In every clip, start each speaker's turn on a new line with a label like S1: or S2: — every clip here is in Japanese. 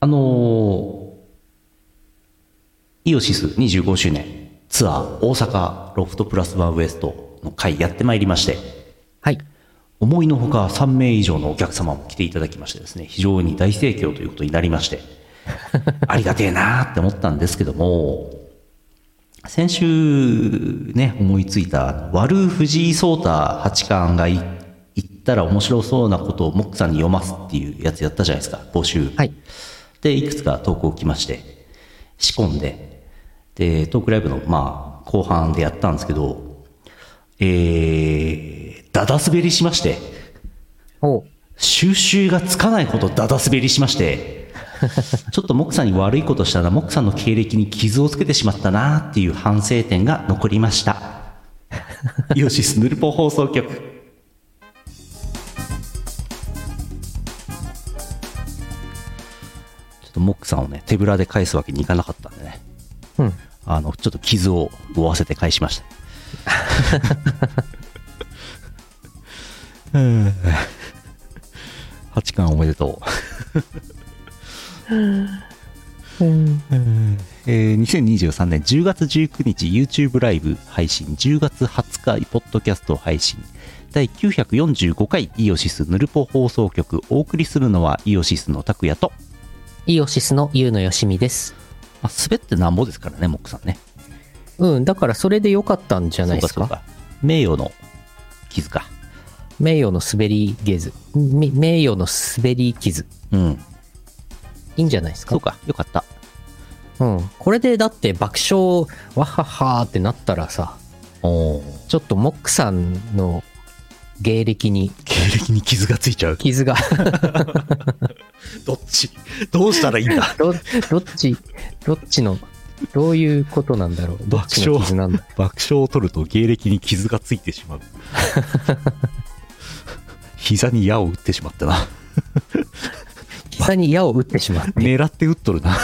S1: あのーイオシス25周年ツアー大阪ロフトプラスワンウエストの会やってまいりまして、
S2: はい。
S1: 思いのほか3名以上のお客様も来ていただきましてですね、非常に大盛況ということになりまして、ありがてえなーって思ったんですけども、先週ね、思いついた、あの悪藤井聡太八冠がい言ったら面白そうなことをモックさんに読ますっていうやつやったじゃないですか、募集。
S2: はい。
S1: で、いくつか投稿来まして、仕込んで、で、トークライブの、まあ、後半でやったんですけど、えー、だだ滑りしまして、
S2: おう
S1: 収集がつかないことだだ滑りしまして、ちょっとモックさんに悪いことしたな、モックさんの経歴に傷をつけてしまったなっていう反省点が残りました。イオシスヌルポ放送局。ちょっとモックさんをね、手ぶらで返すわけにいかなかったんでね、
S2: うん。
S1: あの、ちょっと傷を負わせて返しました。八冠おめでとう。
S2: うん。
S1: えー2023年10月19日 YouTube ライブ配信10月20日ポッドキャスト配信第945回イオシスヌルポ放送局お送りするのはイオシスの拓也と、
S2: イオシスのゆうのよしみです。
S1: まあ、滑ってなんぼですからねモックさんね
S2: うん。だからそれで良かったんじゃないです
S1: そう
S2: か。
S1: かそうか名誉の傷か
S2: 名誉の滑り傷。み名誉の滑り傷。
S1: うん
S2: いいんじゃないですか
S1: そう。かよかった
S2: うん。これでだって爆笑、わははーってなったらさ、
S1: お
S2: ちょっとモックさんの芸歴に
S1: 経歴に傷がついちゃう
S2: 傷が、
S1: どっちどうしたらいいんだ
S2: ど、どっち、どっちの、どういうことなんだろう。どっちの傷なんだ。
S1: 爆笑を取ると芸歴に傷がついてしま う膝に矢を打ってしまったな
S2: 膝に矢を打ってしまって、
S1: 狙って打っと るな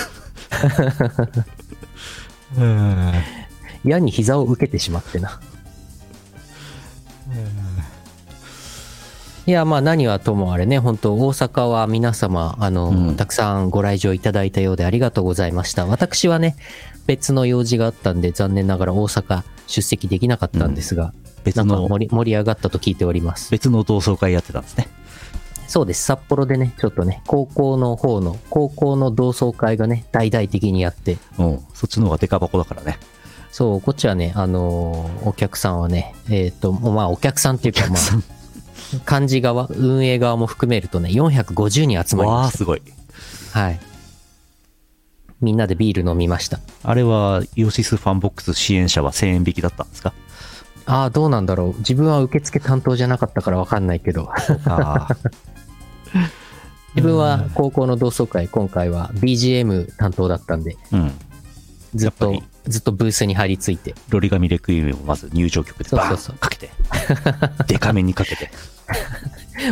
S1: うん
S2: 矢に膝を受けてしまってな。いや、まあ何はともあれね、本当大阪は皆様、あの、
S1: うん
S2: たくさんご来場いただいたようでありがとうございました。私はね、別の用事があったんで、残念ながら大阪出席できなかったんですが、
S1: 別
S2: なんか
S1: の
S2: 盛り盛り上がったと聞いております。
S1: 別の同窓会やってたんですね
S2: そうです、札幌でね、ちょっとね、高校の方の、高校の同窓会がね、大々的にやって、
S1: うんそっちの方がデカ箱だからね
S2: そう、こっちはね、あのーお客さんはね、えっ、と、まあ、お客さんっていうか、まあ、幹事側、運営側も含めるとね、450人集まり
S1: わ
S2: ま
S1: あ
S2: し
S1: すごい
S2: た。はい。みんなでビール飲みました。
S1: あれはイオシスファンボックス支援者は1000円引きだったんですか
S2: ああ、どうなんだろう。自分は受付担当じゃなかったからわかんないけど、
S1: ああ
S2: 自分は高校の同窓会、今回は BGM 担当だったんで、
S1: うん
S2: ずっ
S1: やっ
S2: と
S1: ぱ、
S2: ずっとブースに張り付いて、
S1: ロリガミレクイエムをまず入場曲でバ
S2: そ
S1: ー
S2: うそうそ
S1: ン
S2: う
S1: かけて デカめにかけて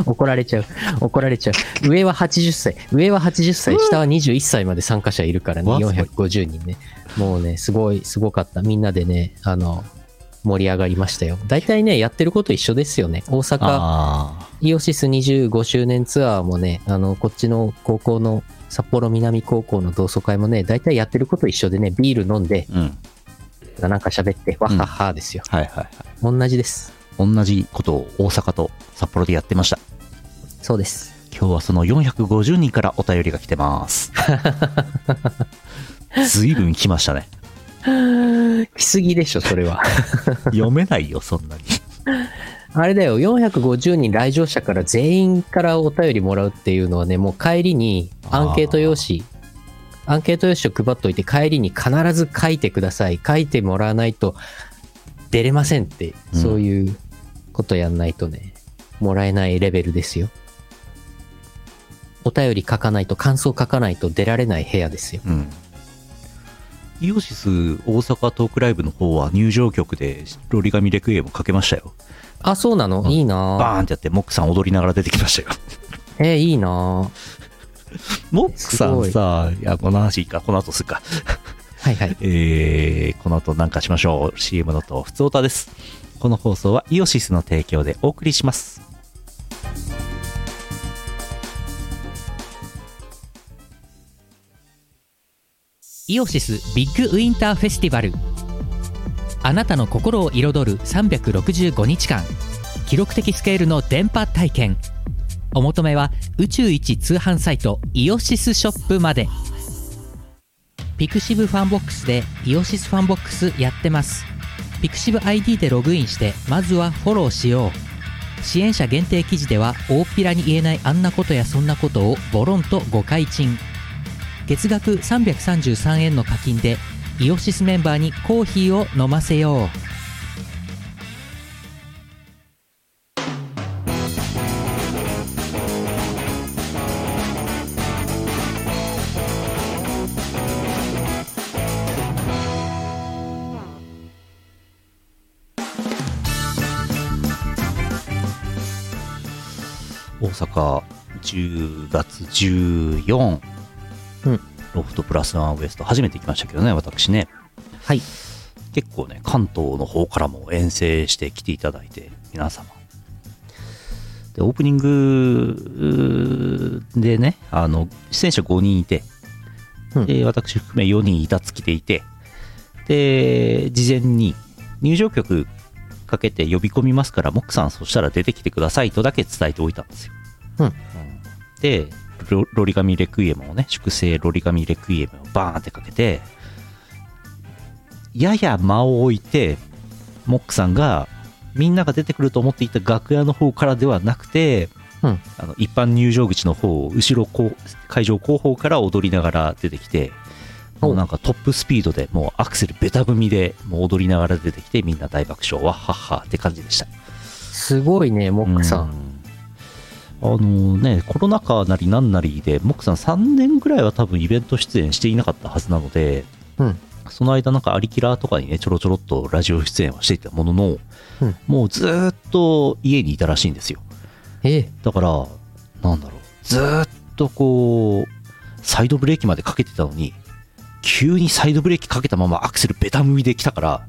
S2: 怒られちゃう、怒られちゃう。上は80歳、上は80歳、下は21歳まで参加者いるからね、
S1: わあすごい
S2: 450人ね。もうね、すごい、すごかった。みんなでね、あの、盛り上がりましたよ。大体ね、やってること一緒ですよね。大阪、
S1: あ
S2: イオシス25周年ツアーもね、あの、こっちの高校の、札幌南高校の同窓会もね、大体やってること一緒でね、ビール飲んで、
S1: あうん
S2: なんか喋って、わははですよ。
S1: はいはいはい
S2: 同じです。
S1: 同じことを大阪と札幌でやってました
S2: そう です。
S1: 今日はその450人からお便りが来て ます。ずいぶん来ましたね。
S2: 来すぎでしょ、それは。
S1: 読めないよ、そんなに。
S2: あれだよ、450人来場者から全員からお便りもらうっていうのはね、もう帰りにアンケート用紙、アンケート用紙を配っといて、帰りに必ず書いてください。書いてもらわないと出れませんって、
S1: うん
S2: そういうことやんないとね、もらえないレベルですよ。お便り書かないと、感想書かないと出られない部屋ですよ。
S1: うん。イオシス大阪トークライブの方は入場曲でロリガミレクイエムかけましたよ。
S2: あ、そうなの、
S1: うん
S2: いいな
S1: バーンってやってモックさん踊りながら出てきましたよ。
S2: ぁえーいいなぁ
S1: モックさんさ、いや、この話いいか、この後するか。
S2: はいはい。
S1: えーこの後なんかしましょう。CM のと、ふつおたです。この放送はイオシスの提供でお送りします。
S3: イオシスビッグウィンターフェスティバルあなたの心を彩る365日間記録的スケールの電波体験お求めは宇宙一通販サイトイオシスショップまでピクシブファンボックスでイオシスファンボックスやってますピクシブ ID でログインしてまずはフォローしよう支援者限定記事では大っぴらに言えないあんなことやそんなことをボロンと誤解賃月額333円の課金でイオシスメンバーにコーヒーを飲ませよう
S1: 大阪10月14、
S2: うん
S1: ロフトプラスワンウエスト初めて行きましたけどね私ね
S2: はい。
S1: 結構ね関東の方からも遠征して来ていただいて皆様でオープニングうーでねあの出演者5人いて、
S2: うん
S1: で私含め4人板つきていてで事前に入場曲かけて呼び込みますからモックさんそしたら出てきてくださいとだけ伝えておいたんですよ、
S2: うん
S1: でロロリガミレクイエムをね粛清ロリガミレクイエムをバーンってかけてやや間を置いてモックさんがみんなが出てくると思っていた楽屋の方からではなくて、
S2: うん
S1: あの一般入場口の方後ろこう会場後方から踊りながら出てきて
S2: お
S1: もうなんかトップスピードでもうアクセルベタ踏みでもう踊りながら出てきてみんな大爆笑わっはっはって感じでした
S2: すごいね、モックさん。
S1: うんあのねコロナ禍なりなんなりでモックさん3年ぐらいは多分イベント出演していなかったはずなので、
S2: うん
S1: その間なんかアリキラーとかにねちょろちょろっとラジオ出演はしていたものの、
S2: うん
S1: もうずーっと家にいたらしいんですよ
S2: え
S1: だからなんだろうずーっとこうサイドブレーキまでかけてたのに急にサイドブレーキかけたままアクセルベタ踏みできた から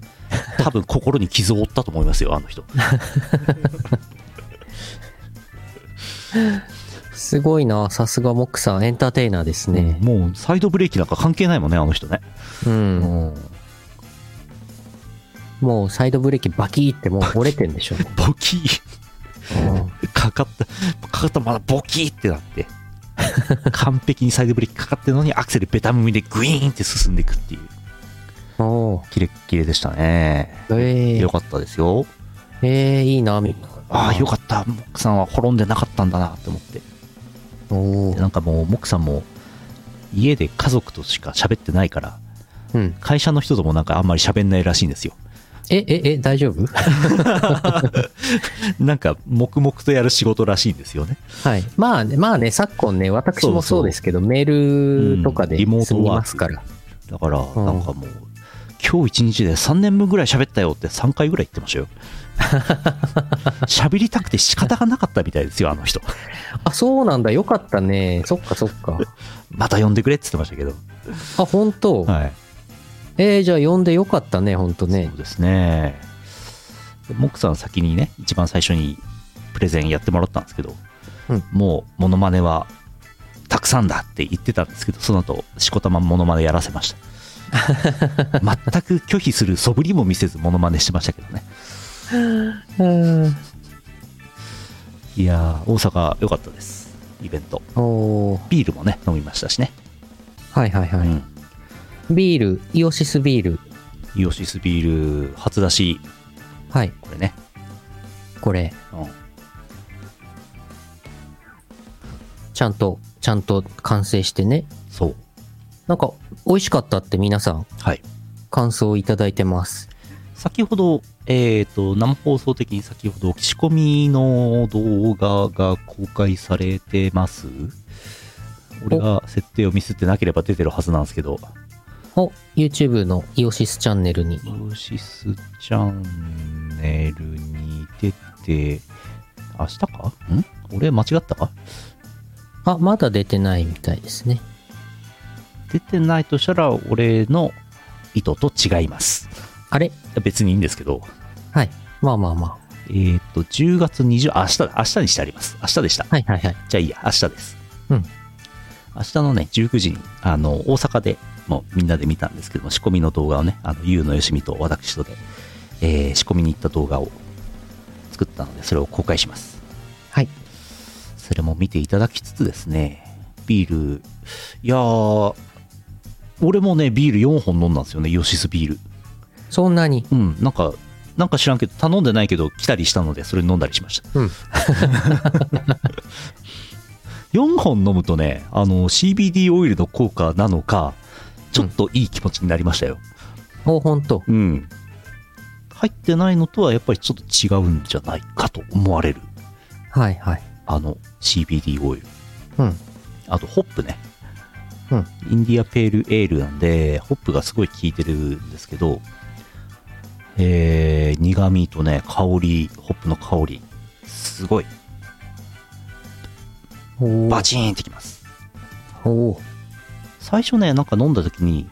S1: 多分心に傷を負ったと思いますよあの人
S2: すごいな。さすがモックさん、エンターテイナーですね。
S1: うんもうサイドブレーキなんか関係ないもんねあの人ね
S2: うん。もうサイドブレーキバキーってもう折れてんでし ょうね。
S1: ボキー
S2: うん
S1: かかったかかったまだボキーってなって 完璧にサイドブレーキかかってるのにアクセルベタ踏みでグイーンって進んでいくっていう
S2: おー
S1: キレッキレでしたね
S2: え
S1: よ
S2: ー、
S1: かったですよ
S2: えー、いいな、みんな。
S1: ああよかったモックさんは滅んでなかったんだなって思って
S2: お
S1: で
S2: ー
S1: なんかもうモックさんも家で家族としか喋ってないから
S2: うん。
S1: 会社の人ともなんかあんまり喋んないらしいんですよ
S2: え、え、え、大丈夫
S1: なんか黙々とやる仕事らしいんですよね
S2: はい。まあね、まあね、昨今ね、私もそうですけど、メールとか
S1: う
S2: で
S1: んリモート
S2: 済み
S1: ワー
S2: ま
S1: ク
S2: すから。
S1: だから、
S2: ん
S1: なんかもう、今日一日で3年分ぐらい喋ったよって3回ぐらい言ってました よ。喋りたくて仕方がなかったみたいですよ、あの人。
S2: あ、そうなんだ。よかったね。そっかそっか。
S1: また呼んでくれって言ってましたけど。
S2: あ、本当。
S1: はい。
S2: えー、じゃあ呼んでよかったね、本当ね
S1: そう。ですね。でモックさん先にね、一番最初にプレゼンやってもらったんですけど、
S2: うん
S1: もう、モノマネは、たくさんだって言ってたんですけど、その後、しこたまモノマネやらせま した。全く拒否する素振りも見せずモノマネしてましたけどね。
S2: うん。
S1: いやー、大阪良かったです。イベント。
S2: おー
S1: ビールもね、飲みましたしね。
S2: はいはいはい。
S1: うん
S2: ビール、イオシスビール。
S1: イオシスビール初出し、
S2: はい、
S1: これね。
S2: これ。
S1: うん
S2: ちゃんと、ちゃんと完成してね。
S1: そう。
S2: なんか、美味しかったって皆さん、
S1: はい。
S2: 感想をいただいてます。
S1: 先ほど、えっ、と、生放送的に先ほど、仕込みの動画が公開されてます。俺が設定をミスってなければ出てるはずなんですけど、
S2: お、YouTube のイオシスチャンネルに。
S1: イオシスチャンネルに出て、明日かん俺間違ったか
S2: あ、まだ出てないみたいですね。
S1: 出てないとしたら俺の意図と違います
S2: あれ
S1: 別にいいんですけど
S2: はい。まあまあまあ。
S1: えーっと10月20あ明日だ明日にしてあります明日でした
S2: はいはいはい。
S1: じゃあいいや明日です
S2: うん
S1: 明日のね19時にあの大阪でもうみんなで見たんですけども、仕込みの動画をね、あの、ゆうのよしみと私とで、えー仕込みに行った動画を作ったので、それを公開します。
S2: はい。
S1: それも見ていただきつつですね、ビール、いやー、俺もね、ビール4本飲んだんですよね、ヨシスビール。
S2: そんなに。
S1: うん、なんか、なんか知らんけど、頼んでないけど来たりしたので、それ飲んだりしました。
S2: うん。
S1: 4本飲むとね、あの、CBD オイルの効果なのか、ちょっといい気持ちになりましたよ。
S2: お、ほんと。
S1: うん。入ってないのとはやっぱりちょっと違うんじゃないかと思われる。
S2: はいはい。
S1: あの CBD オイル。
S2: うん。
S1: あとホップね。
S2: うん。
S1: インディアペールエールなんで、ホップがすごい効いてるんですけど、えー、苦味とね、香り、ホップの香り、すごい、
S2: お
S1: バチーンってきます。
S2: おー
S1: 最初ねなんか飲んだ時に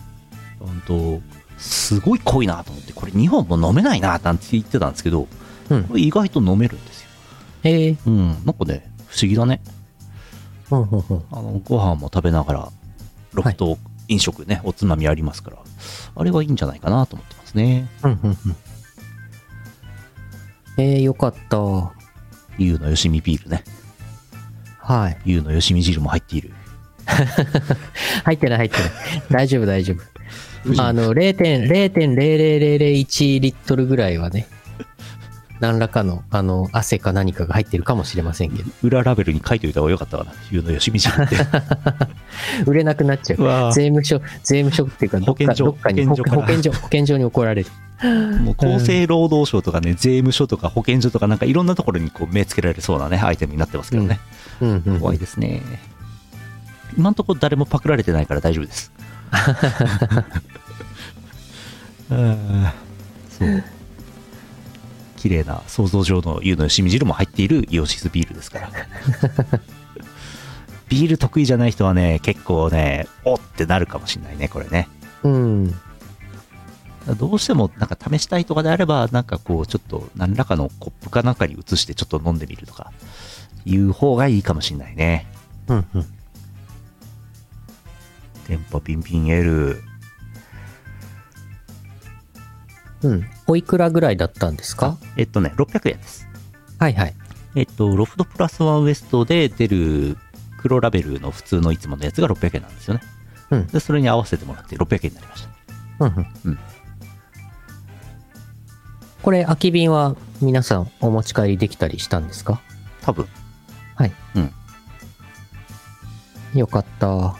S1: うんとすごい濃いなと思ってこれ2本も飲めないななんて言ってたんですけど
S2: うん
S1: こ。れ意外と飲めるんですよ
S2: ええ。
S1: うんなんかね不思議だね
S2: うんうんうん。
S1: あのご飯も食べながらロフト飲食ね、おつまみありますからあれはいいんじゃないかなと思ってますね
S2: うんうんうん。えー、よかった。は
S1: ゆうのよしみビールね
S2: い。
S1: ゆうのよしみ汁も入っている
S2: 入ってない入って ない。大丈夫大丈
S1: 夫人
S2: 夫。あの、0.00001リットルぐらいはね、何らかの、あの、汗か何かが入ってるかもしれませんけど、
S1: 裏ラベルに書いておいた方がよかったかなゆうのよしみ汁って
S2: 売れなくなっちゃ
S1: うわー
S2: う。税務署、税務署っていうか、どっ
S1: 保健
S2: か、
S1: 所
S2: どっかに、
S1: 保健
S2: 保
S1: 所から
S2: 健所、保健所に怒られる。
S1: もう厚生労働省とかね税務署とか保健所とかなんかいろんなところにこう目つけられそうなねアイテムになってますけどね、
S2: うんうんうん。
S1: 怖いですね今のところ誰もパクられてないから大丈夫です うんそう綺麗な想像上の湯のよしみ汁も入っているイオシスビールですから ビール得意じゃない人はね結構ねおってなるかもしれないねこれね
S2: うん。
S1: どうしてもなんか試したいとかであればなんかこうちょっと何らかのコップかなんかに移してちょっと飲んでみるとかいう方がいいかもしれないね
S2: うんうん。
S1: 電波ピンピンエル
S2: うん。おいくらぐらいだったんですか
S1: えっとね600円です
S2: はいはい。
S1: えっとロフトプラスワンウエストで出る黒ラベルの普通のいつものやつが600円なんですよね
S2: うん
S1: でそれに合わせてもらって600円になりました
S2: うんうん。
S1: うん
S2: これ、空き瓶は皆さんお持ち帰りできたりしたんですか
S1: 多分
S2: はい。
S1: うん
S2: よかった。
S1: こ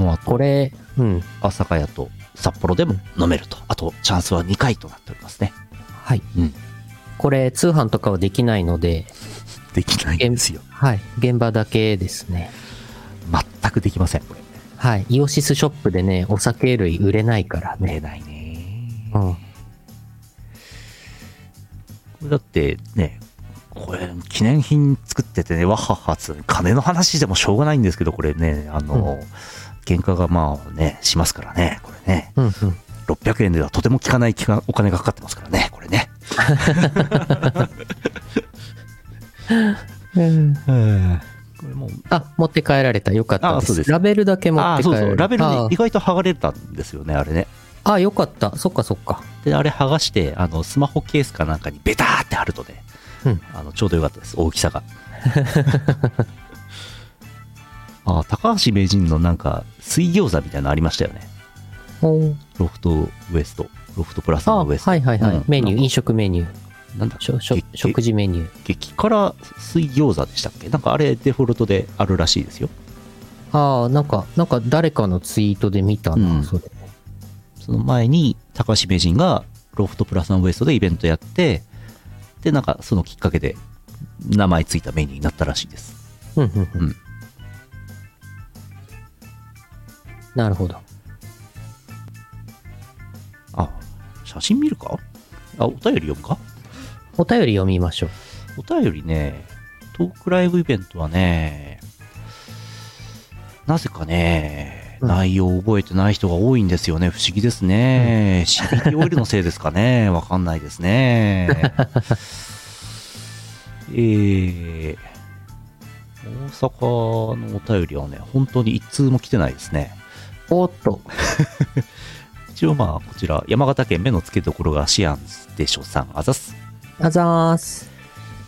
S1: の後
S2: これ、うん。
S1: 朝霞屋と札幌でも飲めるとあとチャンスは2回となっておりますね
S2: はい。
S1: うん
S2: これ、通販とかはできないので、
S1: できないんですよ
S2: はい。現場だけですね。
S1: 全くできませんこれ
S2: はい。イオシスショップでね、お酒類売れないから
S1: 売れ
S2: ね。
S1: ないね
S2: うん。
S1: これだってねこれ記念品作っててねわっはっはっつって金の話でもしょうがないんですけどこれねあの、原価がまあねしますからねこれね
S2: うんうん。
S1: 600円ではとても効かない期間お金がかかってますからねこれねこれもう
S2: あ、持って帰られた。よかった
S1: あ
S2: です。
S1: そうです
S2: ラベルだけ持っ
S1: あ
S2: て
S1: あそう
S2: 帰られ
S1: そう
S2: た。
S1: ラベル
S2: あ
S1: ね意外と剥がれたんですよねあれね
S2: ああ、よかった。そっかそっか。
S1: であれ剥がしてあのスマホケースかなんかにベターって貼るとね、
S2: うん
S1: あのちょうどよかったです大きさが あ高橋名人のなんか水餃子みたいなのありましたよね
S2: おー
S1: ロフトウエストロフトプラスの
S2: あ
S1: ウエスト
S2: はいはいはい。
S1: うん
S2: メニュ
S1: なん
S2: ー、
S1: か
S2: 飲食メニュー。
S1: なんだっ
S2: しょしょ
S1: け
S2: 食事メニュー。
S1: 激辛水餃子でしたっけなんかあれデフォルトであるらしいですよ
S2: ああ、なんか、なんか誰かのツイートで見たな、
S1: うん
S2: それ。
S1: その前に高橋名人がロフトプラスのウエストでイベントやってでなんかそのきっかけで名前ついたメニューになったらしいです
S2: うんうんうん。
S1: うん
S2: なるほど。
S1: あ写真見るかあお便り読むか
S2: お便り読みましょう。
S1: お便りねトークライブイベントはねなぜかね
S2: うん
S1: 内容を覚えてない人が多いんですよね不思議ですね、CBD オイルのせいですか ねわかんないですねえー大阪のお便りはね、本当に一通も来てないですね。
S2: おっと。
S1: 一応まあ、こちら、山形県目の付けどころがシアンでしょさん、あざっす。
S2: あざーす。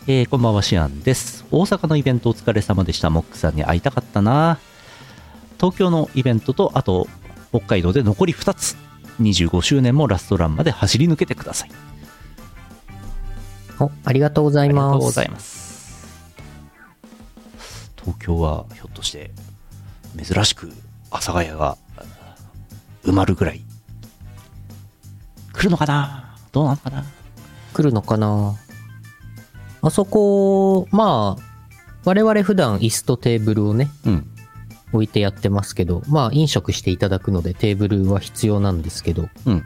S1: えーこんばんは、シアンです。大阪のイベントお疲れ様でした。モックさんに会いたかったな。東京のイベントと、あと、北海道で残り2つ。25周年もラストランまで走り抜けてください。
S2: お、ありがとうござい
S1: ありが
S2: ます。
S1: とうございます。東京はひょっとして珍しく阿佐ヶ谷が埋まるぐらい来るのかなどうなのかな
S2: 来るのかなあそこ、まあ、我々普段椅子とテーブルをね、
S1: うん。
S2: 置いてやってますけど、まあ飲食していただくのでテーブルは必要なんですけど、
S1: うん。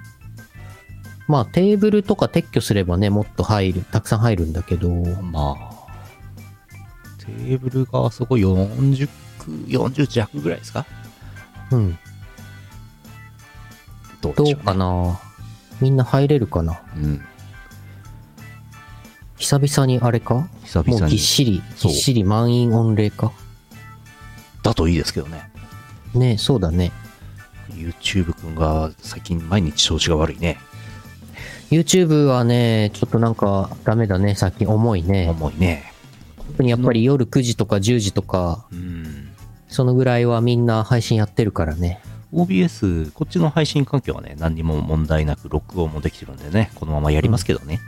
S2: まあテーブルとか撤去すればね、もっと入る、たくさん入るんだけど、
S1: まあ、テーブルがあそこ40区、40弱ぐらいですか
S2: うん、
S1: どう
S2: ど
S1: でし
S2: う
S1: ょう
S2: かなみんな入れるかな
S1: うん。
S2: 久々にあれか
S1: 久
S2: も
S1: 々
S2: うぎ
S1: に
S2: っ。しり、
S1: そ
S2: ぎ
S1: う
S2: っしり満員御礼か
S1: だといいですけどね。
S2: ねそうだね。
S1: YouTube 君が最近毎日調子が悪いね。
S2: YouTube はね、ちょっとなんかダメだね、最近重いね。
S1: 重いね。
S2: 特にやっぱり夜9時とか10時とか、
S1: うん。
S2: そのぐらいはみんな配信やってるからね。
S1: OBS、こっちの配信環境はね、何にも問題なく録音もできてるんでね、このままやりますけどね。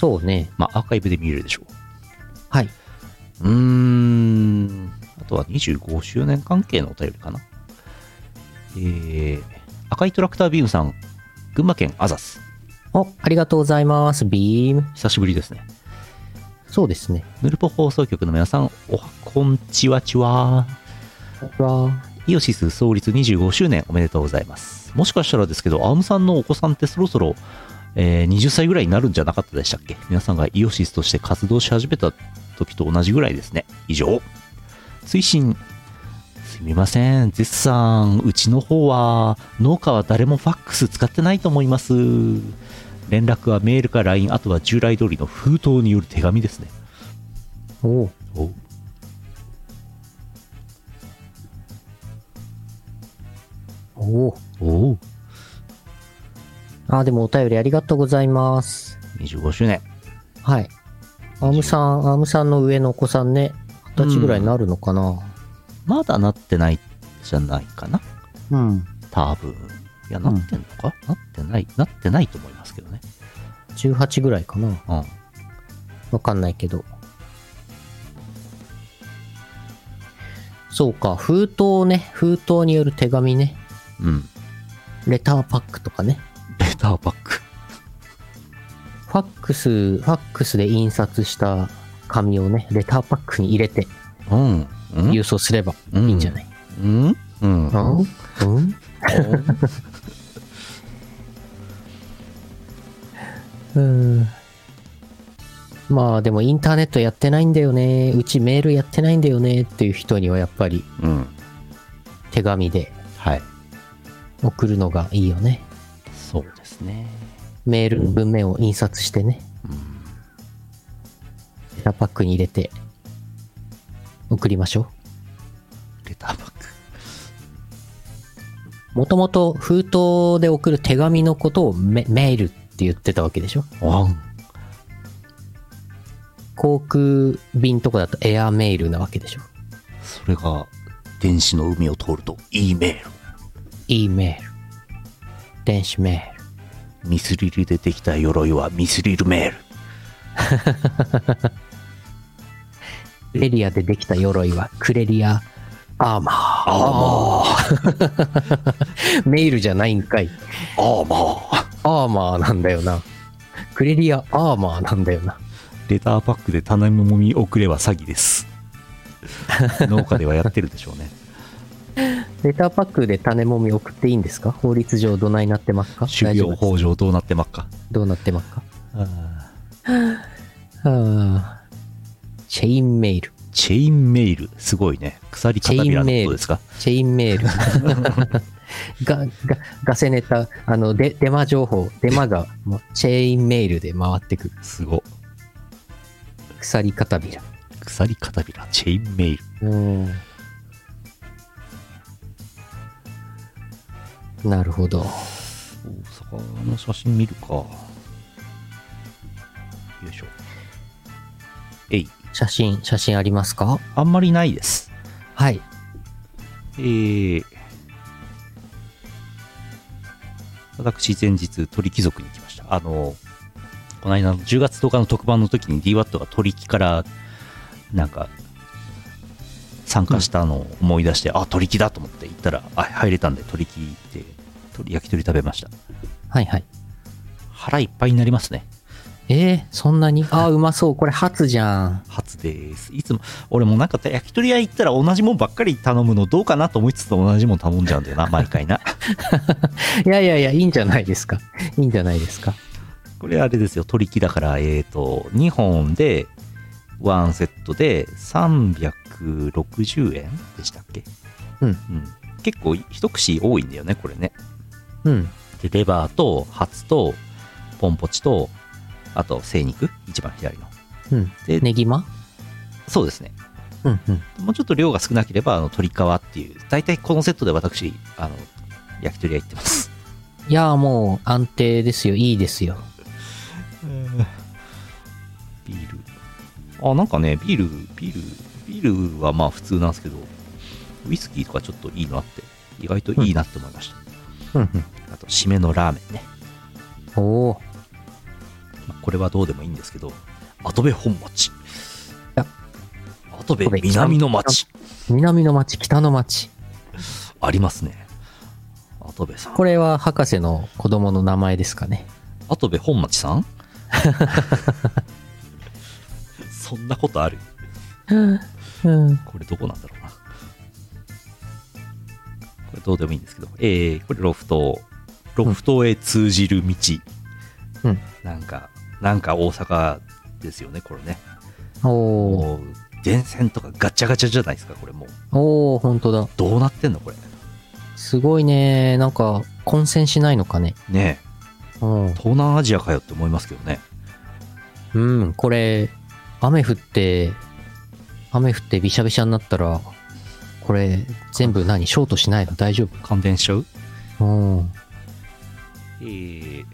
S2: そうね。
S1: まあ、アーカイブで見れるでしょ
S2: はい。
S1: う。うーん。あとは25周年関係のお便りかな。えー、赤いトラクタービームさん、群馬県アザス。
S2: お、ありがとうございます、ビーム。
S1: 久しぶりですね。
S2: そうですね。
S1: ヌルポ放送局の皆さん、おはこんちはちは。
S2: わ
S1: イオシス創立25周年おめでとうございます。もしかしたらですけど、アームさんのお子さんってそろそろ、えー20歳ぐらいになるんじゃなかったでしたっけ皆さんがイオシスとして活動し始めた時と同じぐらいですね。以上。推進。すみません。ゼスさん、うちの方は農家は誰もファックス使ってないと思います。連絡はメールか LINE、あとは従来通りの封筒による手紙ですね。
S2: ーおう
S1: おう
S2: おう
S1: おう
S2: あ、でもお便りありがとうございます。
S1: 25周年。
S2: はい。アームさん、アームさんの上のお子さんね、二十歳ぐらいになるのかな。
S1: まだなってないじゃないかな。
S2: うん。
S1: 多分。いや、なってんのか、なってない、なってないと思いますけどね。
S2: 18ぐらいかな。
S1: うん。
S2: わかんないけど。そうか、封筒ね。封筒による手紙ね。
S1: うん。
S2: レターパックとかね。
S1: レターパック。
S2: ファックス、ファックスで印刷した紙をね、レターパックに入れて
S1: うん。うん。
S2: 郵送すればい
S1: うん
S2: いんじゃない、
S1: うん。うん。
S2: うんうんうんまあでもインターネットやってないんだよね。うちメールやってないんだよねっていう人にはやっぱり
S1: うん。
S2: 手紙で
S1: はい。
S2: 送るのがいいよね。
S1: そうですね。
S2: メールの文面を印刷してね、
S1: うん。
S2: レターパックに入れて送りましょう。
S1: レターパック。
S2: もともと封筒で送る手紙のことをメメールって言ってたわけでしょ
S1: ワン。
S2: 航空便とかだとエアメールなわけでしょ
S1: それが、電子の海を通ると、E メール。
S2: E メール。電子メール。
S1: ミスリルでできた鎧はミスリルメール。
S2: クレリアでできた鎧はクレリアアーマー。 メールじゃないんかい。
S1: ああ、まあ。
S2: アーマーなんだよな。クレリアアーマーなんだよな。
S1: レターパックで棚もみ遅れは詐欺 です。農家ではやってるでしょうね。
S2: レターパックで種もみ送っていいんですか法律上どないなってますか
S1: 修
S2: 大丈
S1: 行
S2: 夫です
S1: 北条どうなってまっか。
S2: どうなってますか
S1: あー
S2: はあチェインメール。
S1: チェインメール、すごいね。鎖片びらのことですか
S2: チェインメール。 が、が、ガセネタ、あの、デ、デマ情報、デマが、もう、チェインメールで回ってくる。
S1: すご。
S2: 鎖片びら。
S1: 鎖片びら、チェインメール。
S2: うん。なるほど。
S1: 大阪の写真見るか。よいしょ。えい。
S2: 写真、写真ありますか
S1: あんまりないです。
S2: はい。
S1: えー、私、前日、鳥貴族に行きました。あの、この間の10月10日の特番の時に DWAT が鳥貴から、なんか、参加したのを思い出して、あ、鳥貴だと思って行ったら、あ、入れたんで鳥貴行って、鳥焼き鳥食べました。
S2: はいはい。
S1: 腹いっぱいになりますね。
S2: えー、そんなにあー、うまそう。これ初じゃん。
S1: 初です。いつも、俺もなんか焼き鳥屋行ったら同じもんばっかり頼むのどうかなと思いつつ同じもん頼んじゃうんだよな、毎回な。
S2: いやいやいや、いいんじゃないですか。 いいんじゃないですか。
S1: これあれですよ、取り木だから、えっ、と、2本で、ワンセットで360円でしたっけ
S2: うん
S1: 結構一口多いんだよね、これね。
S2: うん。
S1: で、レバーと、ハツと、ポンポチと、あと、精肉一番左の。
S2: うん。
S1: で
S2: ネギマ
S1: そうですね。
S2: うんうん。
S1: もうちょっと量が少なければ、あの、鶏皮っていう、大体このセットで私、あの、焼き鳥屋行ってます。
S2: いやー、もう安定ですよ。いいですよ。
S1: ビール。あ、なんかね、ビール、ビール、ビールはまあ普通なんですけど、ウイスキーとかちょっといいなって、意外といいなって思いました。
S2: うん
S1: あと、締めのラーメンね。
S2: うん。おお。
S1: まあこれはどうでもいいんですけど、跡部本町。
S2: や
S1: 跡部南の町。
S2: 南の町、北の町。
S1: ありますね。跡部さん。
S2: これは博士の子供の名前ですかね。
S1: 跡部本町さん そんなことある
S2: うん。
S1: これどこなんだろうな。これどうでもいいんですけど、えー、これロフト、ロフトへ通じる道。
S2: うん
S1: なんか、なんか大阪ですよね、これね。
S2: お
S1: も
S2: お。
S1: う、電線とかガチャガチャじゃないですか、これもう。
S2: おお、ほんとだ。
S1: どうなってんの、これ。
S2: すごいね。なんか、混戦しないのかね。
S1: ねえ、
S2: うん。
S1: 東南アジアかよって思いますけどね。
S2: うん、これ、雨降って、雨降ってびしゃびしゃになったら、これ、全部何ショートしないの大丈
S1: 感電しちゃう
S2: 夫うん。
S1: えー、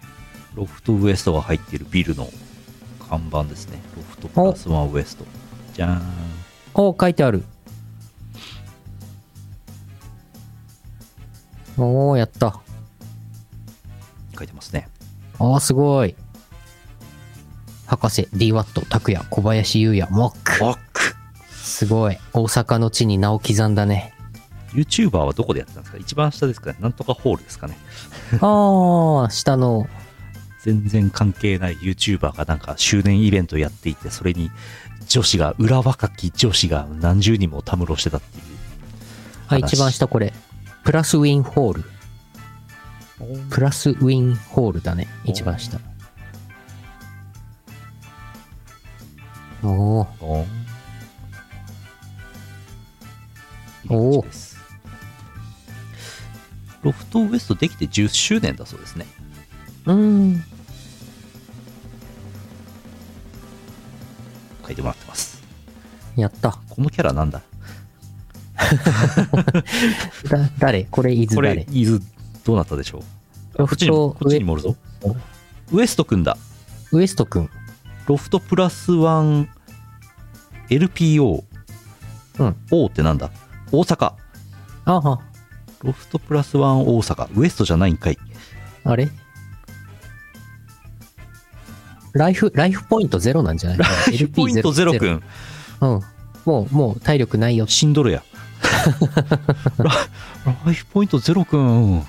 S1: ロフトウエストが入っているビルの看板ですね。ロフトプラスワンウエスト。じゃーん。
S2: お書いてある。おお、やった。
S1: 書いてますね。
S2: ああ、すごい。博士、DWAT、拓也、小林優也、モック。
S1: バック
S2: すごい。大阪の地に名を刻んだ ね。
S1: YouTuber はどこでやってたんですか一番下ですかねなんとかホールですかね
S2: ああ、下の、
S1: 全然関係ない YouTuber がなんか周年イベントやっていて、それに女子が、裏若き女子が何十人もたむろしてたっていう。
S2: あ、
S1: 話
S2: 一番下これ。プラスウィンホール。プラスウィンホールだね。一番下。おおー、
S1: お
S2: おー
S1: ロフトウエストできて10周年だそうですね。
S2: うーん。
S1: 書いてもらってます。
S2: やった。
S1: このキャラなんだ
S2: だ、誰これ、伊
S1: こ
S2: 豆
S1: れ
S2: 誰、
S1: 伊豆、どうなったでしょうこっ
S2: ロフ
S1: ちにも
S2: ト
S1: こっちにもおるぞ。ウエストくんだ。
S2: ウエストくん。
S1: ロフトプラスワン LPO。
S2: うん。
S1: O ってなんだ大阪。
S2: あは、
S1: ロフトプラスワン大阪。ウエストじゃないんかい。
S2: あれライフ、ライフポイントゼロなんじゃない LP
S1: ポイントゼロくん。
S2: うん。もう、もう体力ないよ。
S1: 死んど るや。ラライフポイントゼロく ん。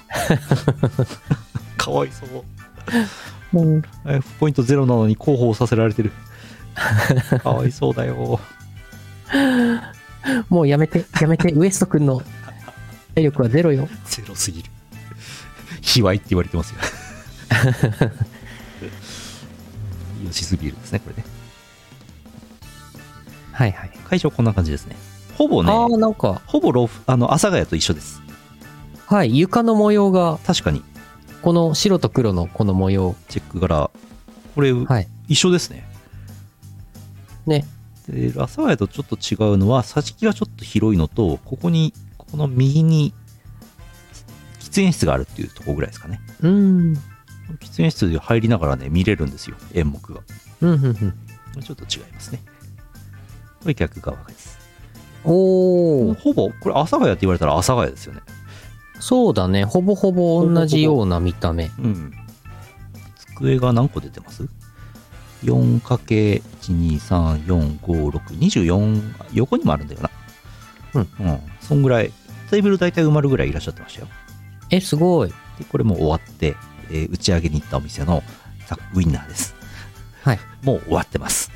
S1: かわいそう。
S2: うん
S1: ライフポイントゼロなのに広報させられて る。かわいそうだよ。
S2: もうやめて、やめ て、ウエストくんの体力はゼロよ。
S1: ゼロすぎる。卑猥って言われて ますよ。ヨシスビールですね、これね。
S2: はいはい。
S1: 会場こんな感じですね。ほぼね、
S2: ああ、なんか、
S1: ほぼロフ、あの、阿佐ヶ谷と一緒です。
S2: はい、床の模様が、
S1: 確かに、
S2: この白と黒のこの模様。
S1: チェック柄、これ、
S2: はい。
S1: 一緒ですね。
S2: ね。
S1: で、阿佐ヶ谷とちょっと違うのは、桟敷がちょっと広いのと、ここに、この右に、喫煙室があるっていうとこぐらいですかね。
S2: うん。
S1: 喫煙室で入りながらね、見れるんですよ、演目が。
S2: うん、うん、うん。
S1: ちょっと違いますね。これ逆側です。
S2: おー、
S1: ほぼ、これ、阿佐ヶ谷って言われたら阿佐ヶ谷ですよね。
S2: そうだね。ほぼほぼ同じような見た目。
S1: うん。机が何個出てます ?4×1,2,3,4,5,6,24 横にもあるんだよな。
S2: うん
S1: うん。そんぐらい、テーブル大体埋まるぐらいいらっしゃってましたよ。
S2: え、すごい。
S1: で、これも終わって、えー打ち上げに行ったお店のさウインナーです。
S2: はい。
S1: もう終わってます。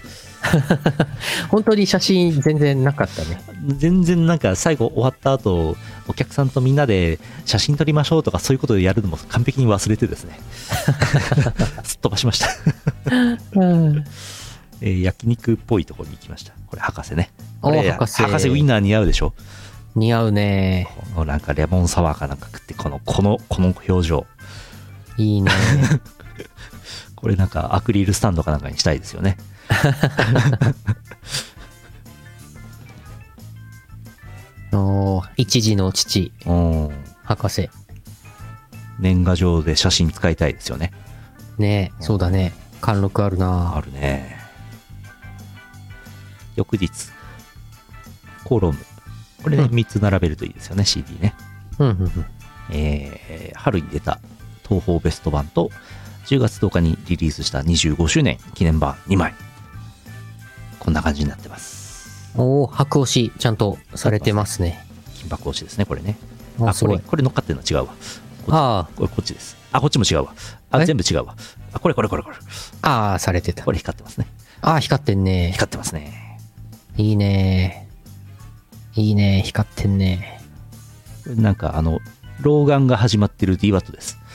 S2: 本当に写真全然なかったね。
S1: 全然なんか最後終わった後、お客さんとみんなで写真撮りましょうとかそういうことをやるのも完璧に忘れてです ね。すっ飛ばしました。
S2: うん。
S1: えー焼肉っぽいところに行きました。これ博士ね。
S2: お
S1: これ
S2: 博士
S1: 博士ウインナー似合うでしょ
S2: 似合うね。
S1: このなんかレモンサワーかなんか食って、この、この、この表情。
S2: い いね。
S1: これなんかアクリルスタンドかなんかにしたいですよね。
S2: おー一時の父、
S1: うん。
S2: 博士。
S1: 年賀状で写真使いたいですよね。
S2: ねそうだね。貫禄あるな
S1: あるね。翌日、コロム。これね、
S2: うん
S1: 3つ並べるといいですよね、CD ね。
S2: うん、うん、うん。
S1: えー春に出た東宝ベスト版と、10月10日にリリースした25周年記念版2枚。こんな感じになってます。
S2: おー白押し、ちゃんとされてますね。
S1: 金箔推しですね、これね。
S2: あ、
S1: あ、
S2: す
S1: こ
S2: ご
S1: れ、
S2: い。
S1: これ乗っかってるの違うわ。
S2: あ
S1: これこっちです。あ、こっちも違うわ。あ、
S2: え
S1: 全部違うわ。あ、これこれこれこれ。
S2: あ、ああ、されてた
S1: こ。れ光ってますね。
S2: ああ、光ってんね。
S1: 光ってますね。
S2: いいね。いいね。光ってんね。
S1: これなんかあの、老眼が始まってる DWAT です。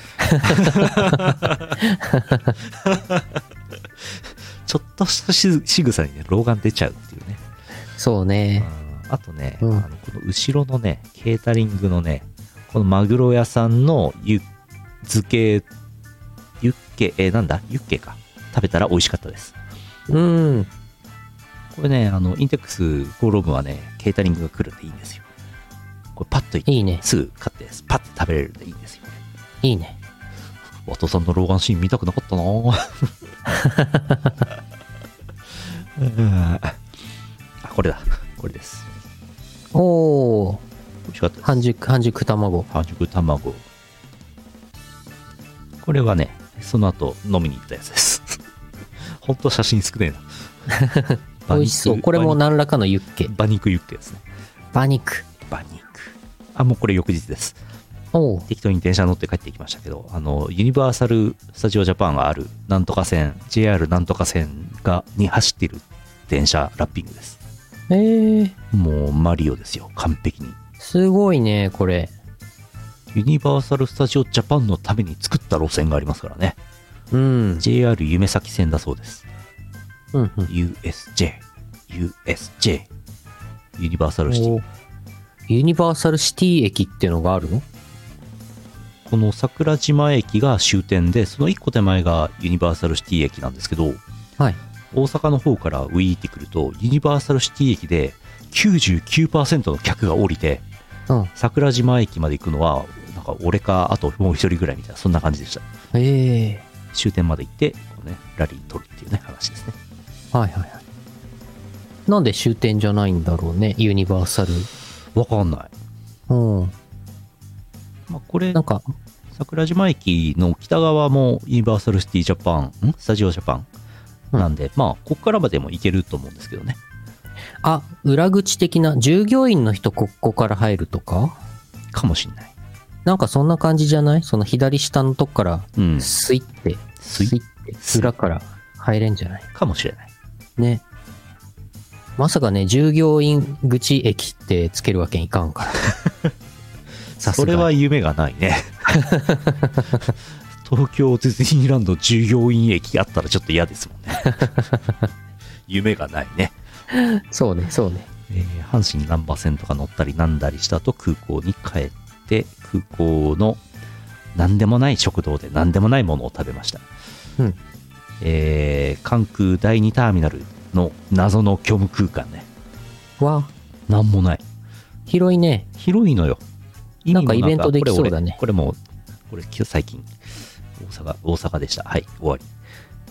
S1: ちょっとしたし仕草にね、老眼出ちゃうっていうね。
S2: そうね。
S1: あとね、
S2: う
S1: あ
S2: ん
S1: のこの後ろのね、ケータリングのね、このマグロ屋さんのゆ漬け、ユッケ、えーなんだユッケか。食べたら美味しかったです。
S2: うん。
S1: これね、あの、インテックスゴーロームはね、ケータリングが来るんでいいんですよ。これパッと行って、
S2: いいね。
S1: すぐ買って、パッと食べれるんでいいんですよ。
S2: いいね。
S1: ワトさんの老眼シーン見たくなかったな ぁうんあ、これだ。これです。
S2: おー。
S1: 美味しかったです。
S2: 半熟、半熟卵。
S1: 半熟卵。これはね、その後飲みに行ったやつです。 ほんと写真少ねえな
S2: 。美味しそう。これも
S1: な。
S2: 何らかのユッケ。
S1: 馬肉ユッケですね。
S2: 馬肉。
S1: 馬肉。あ、もうこれ翌日です。
S2: おー。
S1: 適当に電車乗って帰ってきましたけど、あの、ユニバーサル・スタジオ・ジャパンがある、なんとか線、JR なんとか線が、に走っている電車ラッピングです。
S2: えー。
S1: もうマリオですよ、完璧に。
S2: すごいね、これ。
S1: ユニバーサル・スタジオ・ジャパンのために作った路線がありますからね。
S2: うん。
S1: JR 夢咲線だそうです。
S2: うん、うん。
S1: USJ、USJ、ユニバーサルシティ。
S2: ユニバーサルシティ駅っていうのがあるの
S1: この桜島駅が終点で、その1個手前がユニバーサルシティ駅なんですけど、
S2: はい。
S1: 大阪の方からウィーってくると、ユニバーサルシティ駅で99%の客が降りて、
S2: うん。
S1: 桜島駅まで行くのは、なんか俺か、あともう一人ぐらいみたいな、そんな感じでした。
S2: ええ
S1: 終点まで行って、こうね、ラリー取るっていうね、話ですね。
S2: はいはいはい。なんで終点じゃないんだろうね、ユニバーサル。
S1: わかんない。
S2: うん。
S1: まあ、これ
S2: な、んか、
S1: 桜島駅の北側もユニバーサルシティジャパン、んスタジオジャパン
S2: うん
S1: なんで、まあ、こっからまでも行けると思うんですけどね。
S2: あ、裏口的な、従業員の人ここから入るとか
S1: かもしんない。
S2: なんかそんな感じじゃないその左下のとこから、
S1: うん。
S2: スイって、
S1: スイ
S2: って、裏から入れんじゃない
S1: かもしれない。
S2: ね。まさかね、従業員口駅ってつけるわけにいかんから。 さす
S1: そ
S2: が
S1: れは夢がない ね。東京ディズニーランド従業員駅あったらちょっと嫌ですもんね。夢がないね。
S2: そうね、そうね。
S1: えー阪神難波線とか乗ったりなんだりした後空港に帰って、空港の何でもない食堂で何でもないものを食べました。
S2: うん。
S1: えー関空第2ターミナルの謎の虚無空間ね
S2: わあ、
S1: なんもない
S2: 広いね。
S1: 広いのよ意味も
S2: なんかイベントできそうだね
S1: これ俺これもこれ最近大阪大阪でしたはい終わり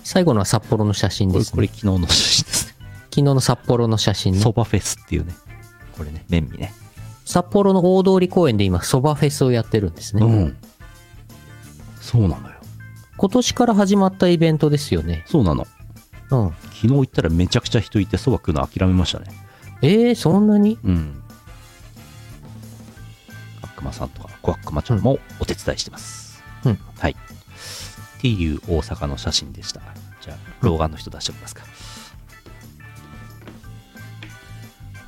S2: 最後のは札幌の写真
S1: こ
S2: で
S1: れ
S2: す
S1: これ
S2: ね。
S1: 昨日の写真です
S2: 昨日の札幌の写真
S1: ね
S2: ね
S1: そ。ばフェスっていうねこれね麺味ね
S2: 札幌の大通公園で今、そばフェスをやってるんですね。
S1: うんそうなのよ
S2: 今年から始まったイベントですよね。
S1: そうなの
S2: うん。
S1: 昨日行ったらめちゃくちゃ人いてそば食うの諦めましたね
S2: えー、そんなに
S1: うん悪魔さんとか小悪魔ちゃんもお手伝いしてます
S2: うん
S1: はいっていう大阪の写真でしたじゃあ老眼の人出しておきますか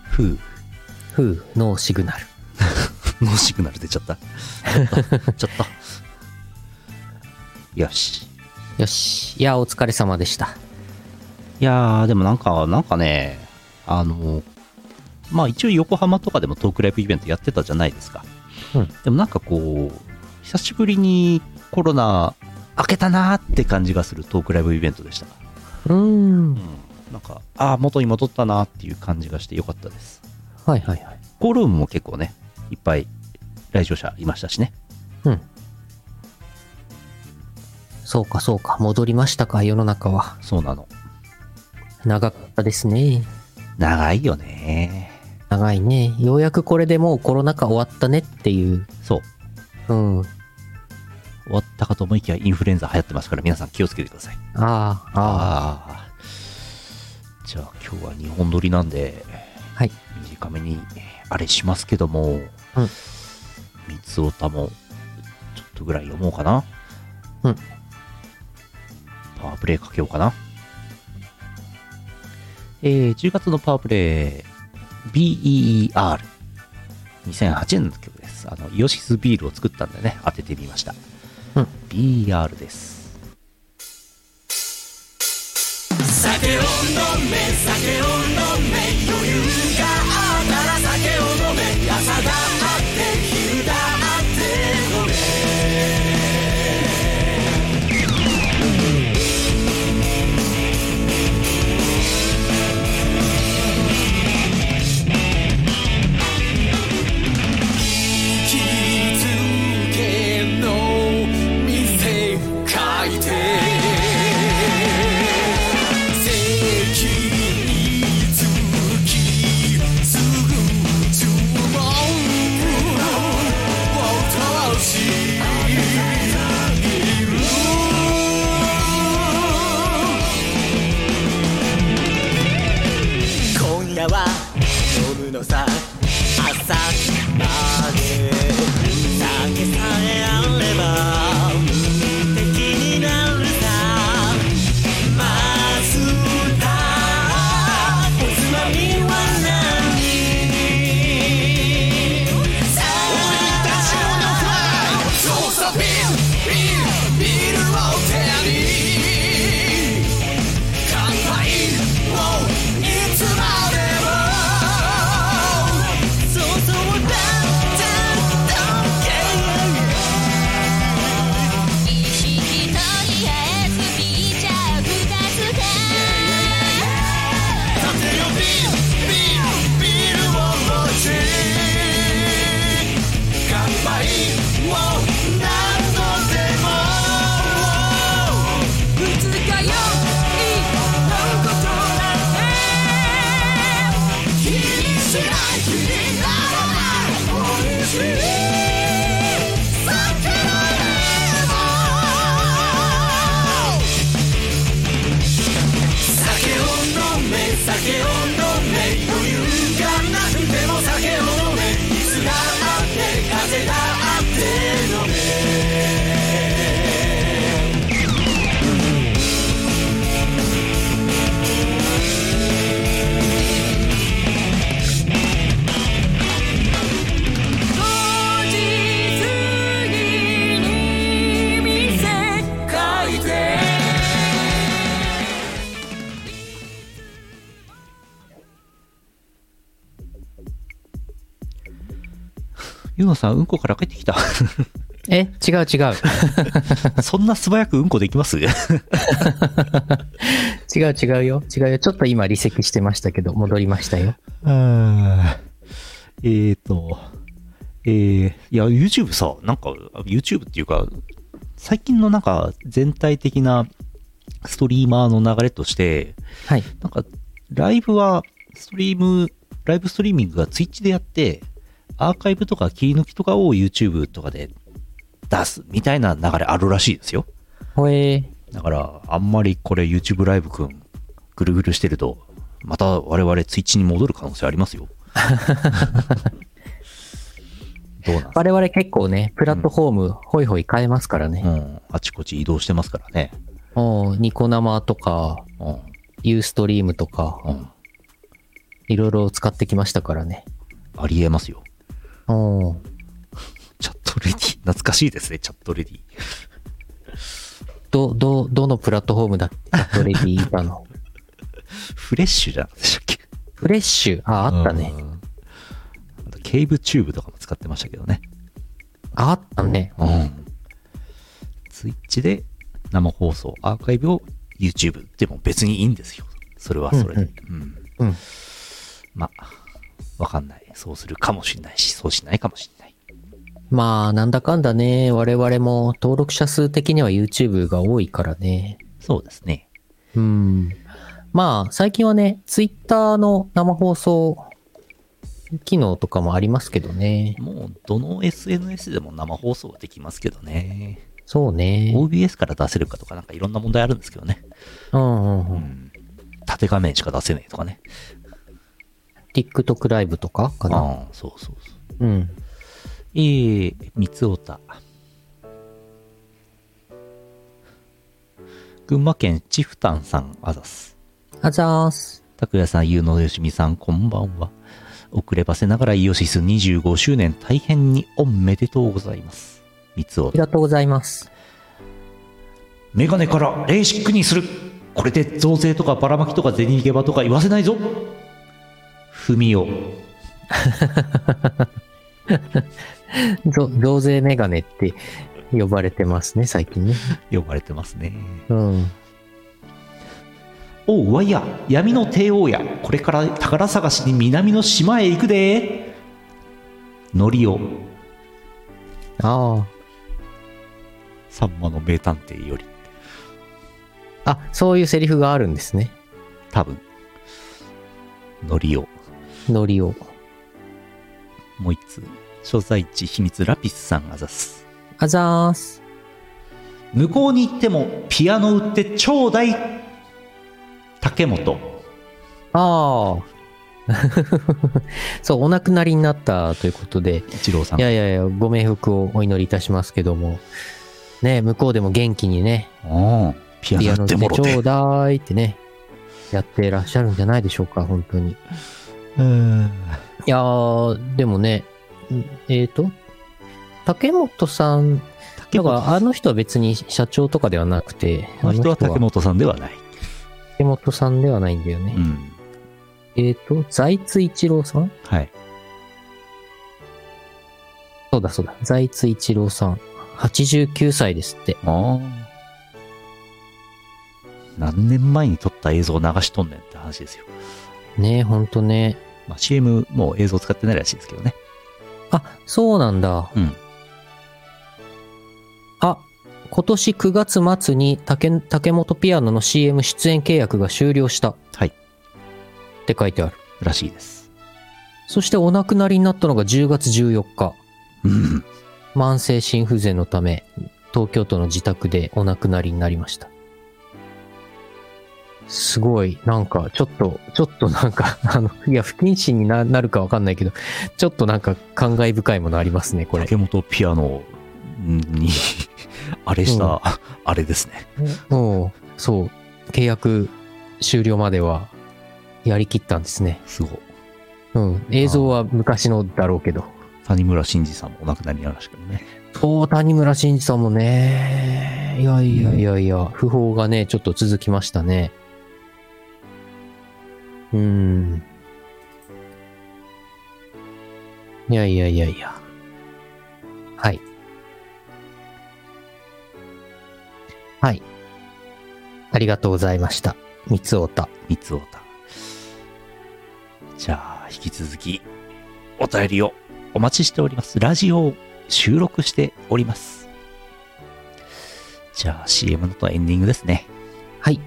S1: ふう
S2: ふう、ノーシグナル。
S1: ノーシグナル出ちゃったちょっと ちょっとよし
S2: よし。いや、お疲れ様でした。
S1: いやー、でもなんか、なんかね、あの、まあ一応横浜とかでもトークライブイベントやってたじゃないですか。
S2: うん
S1: でもなんかこう、久しぶりにコロナ明けたなーって感じがするトークライブイベントでした。
S2: うーん。
S1: なんか、ああ、元に戻ったなーっていう感じがしてよかったです。
S2: はいはいはい。
S1: コールームも結構ね、いっぱい来場者いましたしね。
S2: うん。そうかそうか。戻りましたか、世の中は。
S1: そうなの。
S2: 長かったですね。
S1: 長いよね
S2: 長いね。ようやくこれでもうコロナ禍終わったねっていう。
S1: そう。
S2: うん。
S1: 終わったかと思いきやインフルエンザ流行ってますから皆さん気をつけてください。
S2: ああ、あ
S1: ああ。じゃあ今日は2本撮りなんで、
S2: あ。はい。
S1: 短めにあれしますけども、三つおたもちょっとぐらい読もうかな。
S2: うん。
S1: パワープレイかけようかな。えー、10月のパワープレイ、BEER。2008年の曲です。あの、イオシスビールを作ったんでね、当ててみました。
S2: うん
S1: BER です。
S4: 気づけの店書いて席につきすぐ注文を通している今夜は飲むのさ朝まで酒さえあれば無敵になるさマスターおつまみは何さあ俺たちのフライそうさビールビールビールを手に乾杯をいつまでもそうそうだっただけ
S5: 意識とりあえずピーチャー二つが
S4: 立てよビールビールビールを持ち乾杯を何度でも
S5: 二日酔いのことなんて気にしない気にならない美味しい酒のよ
S4: 酒を飲め酒を飲め余裕がなくても酒を飲め水があって風があって飲め
S5: 5時過ぎに店開店
S1: ゆうのさん、うんこから帰ってきた。
S2: え、違う違う。
S1: そんな素早くうんこできますい
S2: 違う違うよ。違うよ。ちょっと今離席してましたけど、戻りましたよ。
S1: あーえっ、ー、と、えー、いや、YouTube さ、なんか、YouTube っていうか、最近のなんか、全体的なストリーマーの流れとして、
S2: はい。
S1: なんか、ライブは、ストリーム、ライブストリーミングが Twitch でやって、アーカイブとか切り抜きとかを YouTube とかで出すみたいな流れあるらしいですよ。
S2: ほえ
S1: だから、あんまりこれ YouTube ライブくん、ぐるぐるしてると、また我々 Twitch に戻る可能性あります よ。どうなんすか
S2: 我々結構ね、プラットフォーム、ホイホイ変えますからね。
S1: うん、あちこち移動してますからね。
S2: おーニコ生とか、
S1: うん、
S2: ユーストリームとか、
S1: うん、
S2: いろいろ使ってきましたからね。
S1: ありえますよ。
S2: おー
S1: チャットレディ、懐かしいですね、チャットレディ。
S2: ど、ど、どのプラットフォームだっけどれでい たの
S1: フレッシュじゃなかったでしたっけ
S2: フレッシュ。あ、あったね。
S1: うん。あと、ケーブチューブとかも使ってましたけどね。
S2: あったね。
S1: うん。ツイッチで生放送、アーカイブを YouTube でも別にいいんですよ。それはそれで。うん
S2: うん。
S1: まあ、わかんない。そうするかもしんないし、そうしないかもしんない。
S2: まあ、なんだかんだね、我々も登録者数的には YouTube が多いからね。
S1: そうですね。
S2: うん。まあ、最近はね、Twitter の生放送機能とかもありますけどね。
S1: もう、どの SNS でも生放送はできますけどね。
S2: そうね。
S1: OBS から出せるかとか、なんかいろんな問題あるんですけどね。
S2: うんうんう。
S1: うんん。縦画面しか出せないとかね。
S2: TikTok ライブとかかな。
S1: ああ、そうそうそう。
S2: うん。
S1: えー、三つおた。群馬県チフタンさん、あざす。
S2: あざーす。
S1: 拓也さん、ゆうのよしみさん、こんばんは。遅ればせながらイオシス25周年大変におめでとうございます。三つお
S2: あり
S1: た。
S2: がとうございます。
S1: メガネからレーシックにする。これで増税とかばらまきとか銭逃げ場とか言わせないぞ。ふみお。
S2: ぞ増税メガネって呼ばれてますね、最近ね。
S1: 呼ばれてますね。
S2: うん。
S1: おうわいや闇の帝王やこれから宝探しに南の島へ行くでノリオ
S2: あ
S1: さんまの名探偵より
S2: あ。あ、そういうセリフがあるんですね。
S1: 多分ノリオ
S2: ノリを。
S1: もう一つ所在地秘密ラピスさんあざす
S2: あざーす。
S1: 向こうに行ってもピアノ売ってちょうだい竹本
S2: ああ。 そう、お亡くなりになったということで、
S1: 一郎さん
S2: いやいやいや、ご冥福をお祈りいたしますけども、ね、向こうでも元気にね、
S1: うんピア
S2: ピア
S1: ノ売
S2: ノ
S1: っ
S2: で
S1: てもろ
S2: ちょ
S1: て
S2: うだいってね、やってらっしゃるんじゃないでしょうか、本当に。
S1: うん
S2: いやー、でもね、んえっ、ー、と、竹本さん、だからあの人は別に社長とかではなくて、
S1: あの人は竹
S2: 竹
S1: 本さんではない、
S2: 本さんではないんだよね。
S1: うん
S2: えっ、と、財津一郎さん
S1: はい
S2: そうだそうだ、財津一郎さん。89歳ですって。
S1: ああ。何年前に撮った映像を流しとんねんって話ですよ。
S2: ねえ、ほんとね。
S1: まあ、CM もう映像使ってないらしいですけどね。
S2: あ、そうなんだ。
S1: うん。
S2: あ、今年9月末に竹竹本ピアノの CM 出演契約が終了した。
S1: はい
S2: って書いてある。
S1: らしいです。
S2: そしてお亡くなりになったのが10月14日。
S1: うん。
S2: 慢性心不全のため、東京都の自宅でお亡くなりになりました。すごい、なんか、ちょっと、ちょっとなんか、 あの、いや、不謹慎にななるかわかんないけど、ちょっとなんか感慨深いものありますね、これ。
S1: 竹本ピアノに、 あれした、
S2: う
S1: あれですね。
S2: もう、そう、契約終了までは、やりきったんですね。
S1: すごい。
S2: うん、映像は昔のだろうけど。
S1: 谷村新司さんもお亡くなりになりましたけどね。
S2: そう、谷村新司さんもね、いやいやいやいや、不法がね、ちょっと続きましたね。うーん。いやいやいやいや。はい。はい。ありがとうございました。三つおた。
S1: 三つおた。じゃあ、引き続き、お便りをお待ちしております。ラジオを収録しております。じゃあ、CM のとエンディングですね。
S2: はい。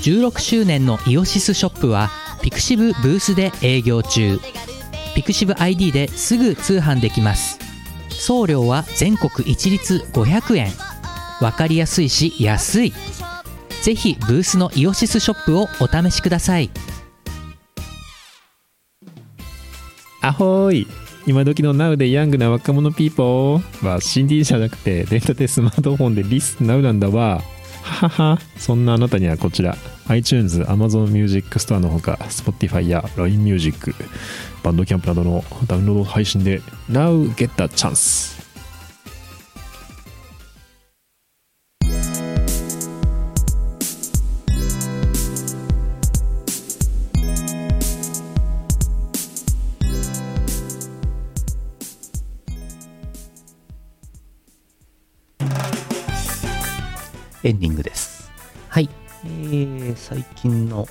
S3: 16周年のイオシスショップはピクシブブースで営業中ピクシブ ID ですぐ通販できます送料は全国一律500円わかりやすいし安いぜひブースのイオシスショップをお試しください
S6: アホーい今時の Now でヤングな若者ピーポーは CD じゃなくてデータでスマートフォンでリス Now なんだわはははそんなあなたにはこちら iTunes、Amazon Music Store のほか Spotify や LINE Music、バンドキャンプなどのダウンロード配信で Now get the chance
S1: エンディングです。
S2: はい。
S1: えー、最近の、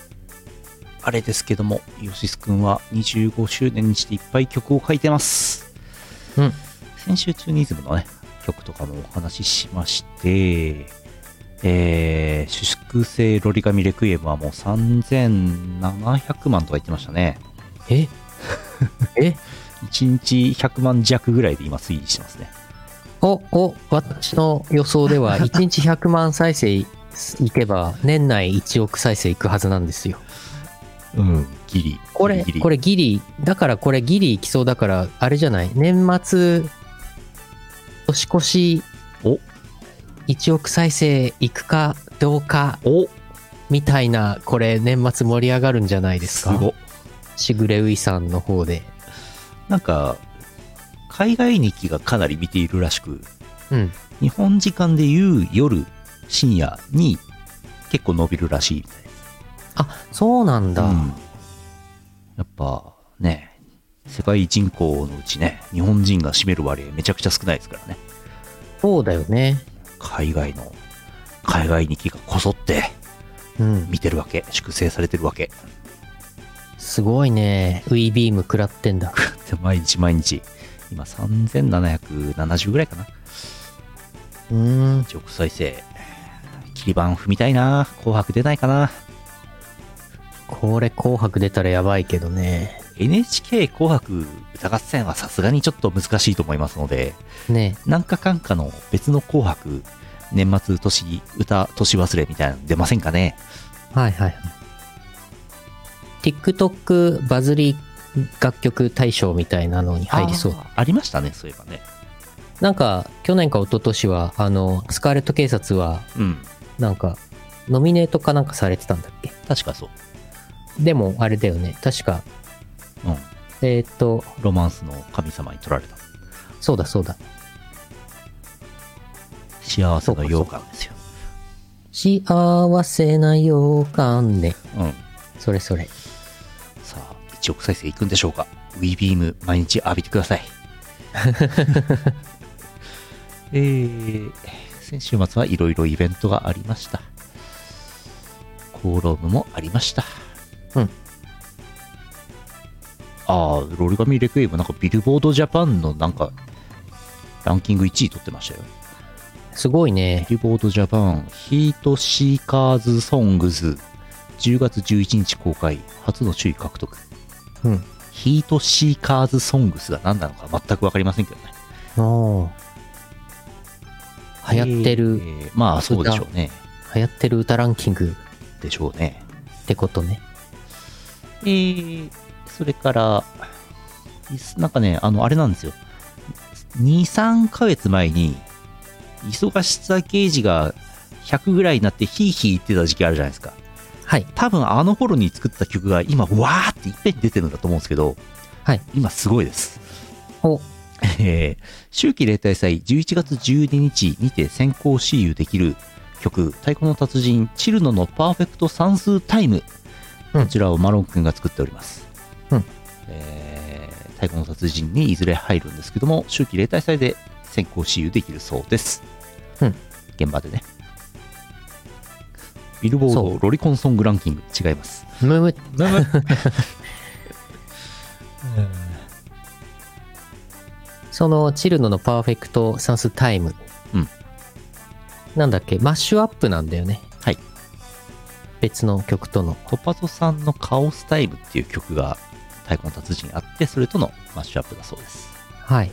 S1: あれですけども、イオシスくんは25周年にしていっぱい曲を書いてます。
S2: うん。
S1: 先週チューニズムのね、曲とかもお話ししまして、えー、主粛性ロリガミレクイエムはもう3700万とか言ってましたね。
S2: ええ
S1: 1日100万弱ぐらいで今推移してますね。
S2: お、お、私の予想で は、1日100万再生いけば、年内1億再生いくはずなんですよ。
S1: うん、ギリ。
S2: これ
S1: ギリギ、リ
S2: これギリ、だからこれギリいきそうだから、あれじゃない、年末、年越し、
S1: お
S2: 1億再生いくかどうか、
S1: お
S2: みたいな、これ年末盛り上がるんじゃないです
S1: す
S2: か。
S1: ごっ。
S2: しぐれういさんの方で。
S1: なんか、海外日記がかなり見ているらしく、
S2: うん。
S1: 日本時間でいう夜、深夜に結構伸びるらしいみたい
S2: あ、そうなんだ。
S1: な。うんやっぱね、世界人口のうちね、日本人が占める割合めちゃくちゃ少ないですからね。
S2: そうだよね。
S1: 海外の、海外日記がこぞって
S2: うん。
S1: 見てるわけ、粛清されてるわけ。
S2: すごいね。ウイビーム食らって んだ。
S1: で毎日毎日、今3770ぐらいかな。
S2: うーん。
S1: 一億再生。切り板踏みたいな。紅白出ないかな。
S2: これ紅白出たらやばいけどね。
S1: NHK 紅白歌合戦はさすがにちょっと難しいと思いますので、
S2: ね
S1: なんかかんかの別の紅白、年末年歌年忘れみたいなの出ませんかね
S2: はいはい。TikTok バズり楽曲大賞みたいなのに入りそう。
S1: あーありましたね、そういえばね。
S2: なんか、去年か一昨年は、あの、スカーレット警察は、
S1: うん。
S2: なんか、ノミネートかなんかされてたんだっけ
S1: 確かそう。
S2: でも、あれだよね。確か、
S1: うん。
S2: えーっと、
S1: ロマンスの神様に取られた。
S2: そうだそうだ。
S1: 幸せの羊羹ですよ。
S2: 幸せな予感ね。
S1: うん。
S2: それそれ。
S1: さあ、1億再生いくんでしょうか ?WeBeam 毎日浴びてください。 えー、先週末はいろいろイベントがありました。コーロームもありました。
S2: うん。
S1: ああ、ロリガミレクイエムなんかビルボードジャパンのなんかランキング1位取ってましたよ。
S2: すごいね。
S1: ビルボードジャパンヒートシーカーズソングズ10月11日公開初の首位獲得
S2: うん。
S1: ヒートシーカーズソングスが何なのか全く分かりませんけどね。
S2: おー流行って
S1: え
S2: る、
S1: ーまあそうでしょうね。
S2: 流行ってる歌ランキング
S1: でしょうね。
S2: ってことね。
S1: えーそれから、いすなんかね、あの、あれなんですよ。2、3ヶ月前に、忙しさゲージが100ぐらいになってヒーヒー言ってた時期あるじゃないですか。
S2: はい。
S1: 多分あの頃に作った曲が今、わーっていっぺんに出てるんだと思うんですけど、
S2: はい
S1: 今すごいです。
S2: お、
S1: えー、秋季例大祭11月12日にて先行私有できる曲、太鼓の達人、チルノのパーフェクト算数タイム。
S2: うん
S1: こちらをマロン君が作っております。
S2: うん
S1: えー太鼓の達人にいずれ入るんですけども、秋季例大祭で先行私有できるそうです。
S2: うん
S1: 現場でねビルボー
S2: そ
S1: ドロリコンソングランキング違います
S2: むむ そのチルノのパーフェクト算数タイム、
S1: うん
S2: なんだっけマッシュアップなんだよね
S1: はい
S2: 別の曲との
S1: トパトさんの「カオスタイム」っていう曲が太鼓の達人にあってそれとのマッシュアップだそうです
S2: はい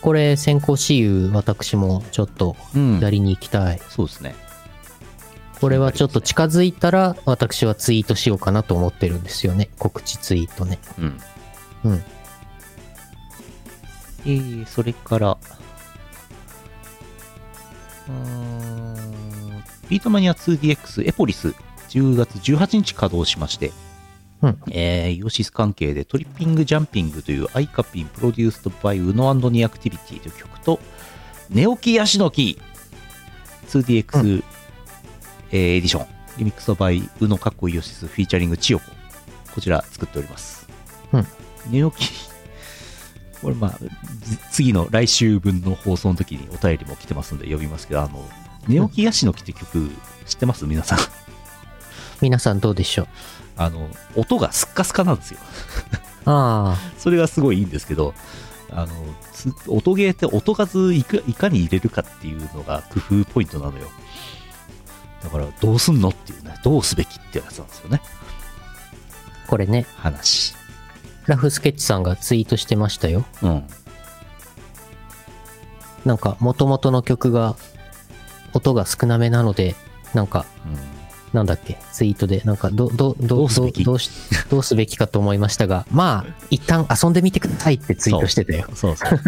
S2: これ先行私有私もちょっと
S1: うん
S2: やりに行きたい、
S1: そうですね
S2: これはちょっと近づいたら私はツイートしようかなと思ってるんですよね告知ツイートね
S1: うん
S2: うん
S1: えー、それからうーんビートマニア 2DX エポリス10月18日稼働しまして、
S2: うん
S1: えーイオシス関係でトリッピングジャンピングというアイカピンプロデュースドバイウノニアクティビティという曲とネオキヤシの木 2DX、えーエディションリミックスドバイウノカッコイオシスフィーチャリング千代子こちら作っております、
S2: うん
S1: ネオキこれまあず次の来週分の放送の時にお便りも来てますんで呼びますけどあのネオキヤシの木って曲知ってます皆さん
S2: 皆さんどうでしょう
S1: あの音がスッカスカなんですよ
S2: あ
S1: それがすごいいいんですけど、あの、つ音ゲーって音数いくいかに入れるかっていうのが工夫ポイントなのよ。だから、どうすんのっていうね、どうすべきってやつなんですよね、
S2: あこれね
S1: 話。
S2: ラフスケッチさんがツイートしてましたよ
S1: うん。
S2: なんか元々の曲が音が少なめなのでなんかなんだっけツイートでなんかどどど
S1: どうすべき
S2: どうしどうすべきかと思いましたが まあ一旦遊んでみてくださいってツイートしてたよ
S1: そうそう。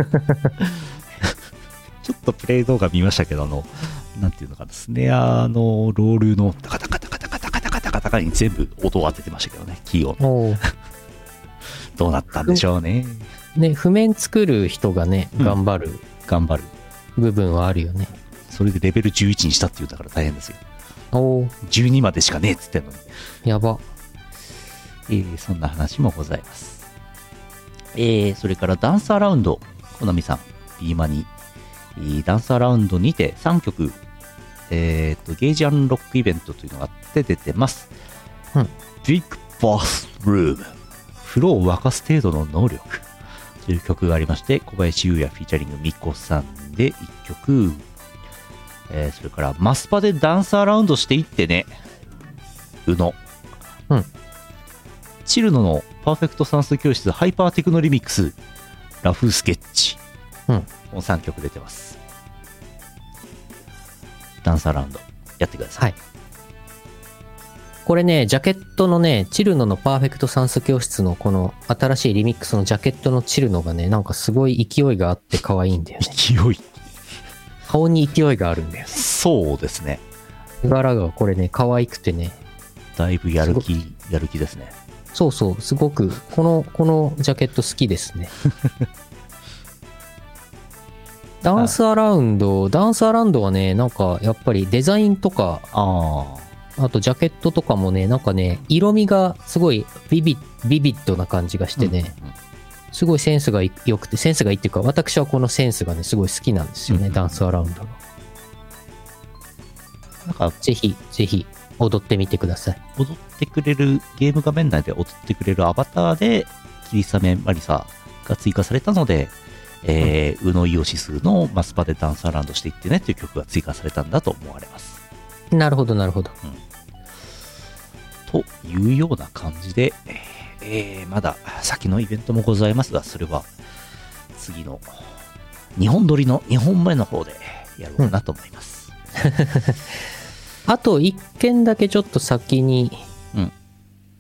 S1: ちょっとプレイ動画見ましたけど、あの、なんていうのかな、スネアのロールのタカタカタカタカタカタカタカタカに全部音を当ててましたけどね、キーを。
S2: お
S1: どうなったんでしょうね。
S2: ね譜面作る人がね
S1: うん
S2: 頑張る
S1: 頑張る。
S2: 部分はあるよね、
S1: それでレベル11にしたっていうんだから大変ですよ。
S2: おー
S1: 12までしかねえっつってんのに、
S2: やば
S1: えーそんな話もございます、えーそれからダンスアラウンドコナミさんビーマニ、えーダンスアラウンドにて3曲、えーとゲージアンロックイベントというのがあって出てます、
S2: うん
S1: ビッグバスルーム風呂を沸かす程度の能力という曲がありまして小林優也フィーチャリングみこさんで1曲、えーそれからマスパでダンスアラウンドしていってねうのチルノのパーフェクト算数教室ハイパーテクノリミックスラフスケッチ、
S2: うん
S1: この3曲出てますダンスアラウンドやってください、
S2: これねジャケットのねチルノのパーフェクト算数教室のこの新しいリミックスのジャケットのチルノがねなんかすごい勢いがあって可愛いんだよね
S1: 勢い
S2: 顔に勢いがあるんだよ
S1: そうですね
S2: 柄がこれね可愛くてね
S1: だいぶやる気やる気ですね
S2: そうそうすごくこのこのジャケット好きです ねダンスアラウンドダンスアラウンドはねなんかやっぱりデザインとか
S1: あ
S2: あとジャケットとかもねなんかね色味がすごいビビビビッドな感じがしてね、すごいセンスがい良くてセンスがいいっていうか私はこのセンスがねすごい好きなんですよね、
S1: うん
S2: ダンスアラウンドの
S1: あなんか
S2: ぜひぜひ踊ってみてください
S1: 踊ってくれるゲーム画面内で踊ってくれるアバターで霧雨マリサが追加されたのでえー、宇野イオシスのマスパでダンスアラウンドしていってねという曲が追加されたんだと思われます
S2: なるほどなるほど
S1: というような感じで、えーえーまだ先のイベントもございますが、それは次の日本撮りの2本目の方でやろうなと思います。
S2: あと一件だけちょっと先に
S1: うん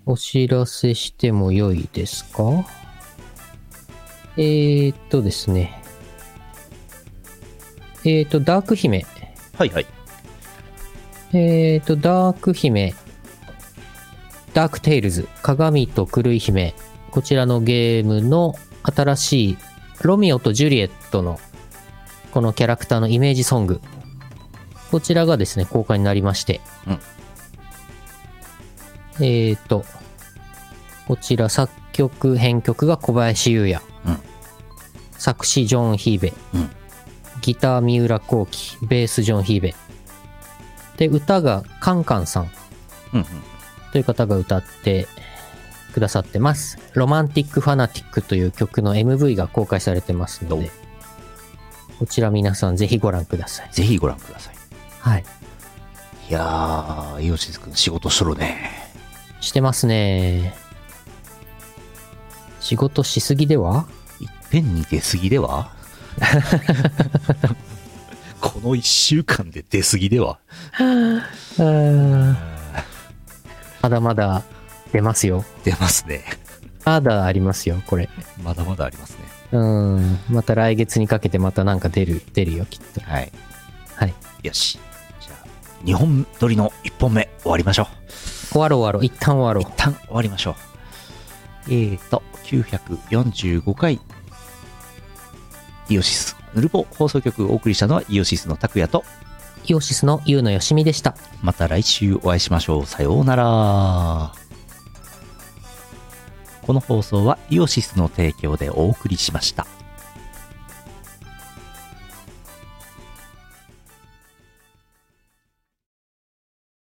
S2: お知らせしても良いですか、えー、っとですね。えー、っと、ダーク姫。
S1: はいはい。
S2: えー、っと、ダーク姫。ダークテイルズ。鏡と狂い姫。こちらのゲームの新しいロミオとジュリエットのこのキャラクターのイメージソング。こちらがですね、公開になりまして。
S1: うん
S2: えーっと、こちら作曲、編曲が小林優也。
S1: うん
S2: 作詞、ジョン・ヒーベ。
S1: うん
S2: ギター三浦幸喜、ベースジョン・ヒーベ。で、歌がカンカンさん
S1: うんうん。
S2: という方が歌ってくださってます。ロマンティック・ファナティックという曲の MV が公開されてますので、こちら皆さんぜひご覧ください。
S1: ぜひご覧ください。
S2: はい。
S1: いやー、イオシス君仕事しとるね。
S2: してますね。仕事しすぎではい
S1: っぺんに出過ぎで はこの1週間で出過ぎでは
S2: まだまだ出ますよ。
S1: 出ますね。
S2: まだありますよ、これ。
S1: まだまだありますね。
S2: うん。また来月にかけてまたなんか出る、出るよ、きっと。
S1: はい。
S2: はい。
S1: よし。じゃあ、2本撮りの1本目終わりましょう。
S2: 終わろう終わろう。一旦終わ
S1: 一
S2: ろ
S1: 旦終わりましょう。えーと、945回、イオシス、ヌルポ放送局をお送りしたのはイオシスの拓也と、
S2: う。イオシスのゆうのよしみでした。
S1: また来週お会いしましょう。さようなら。この放送はイオシスの提供でお送りしました。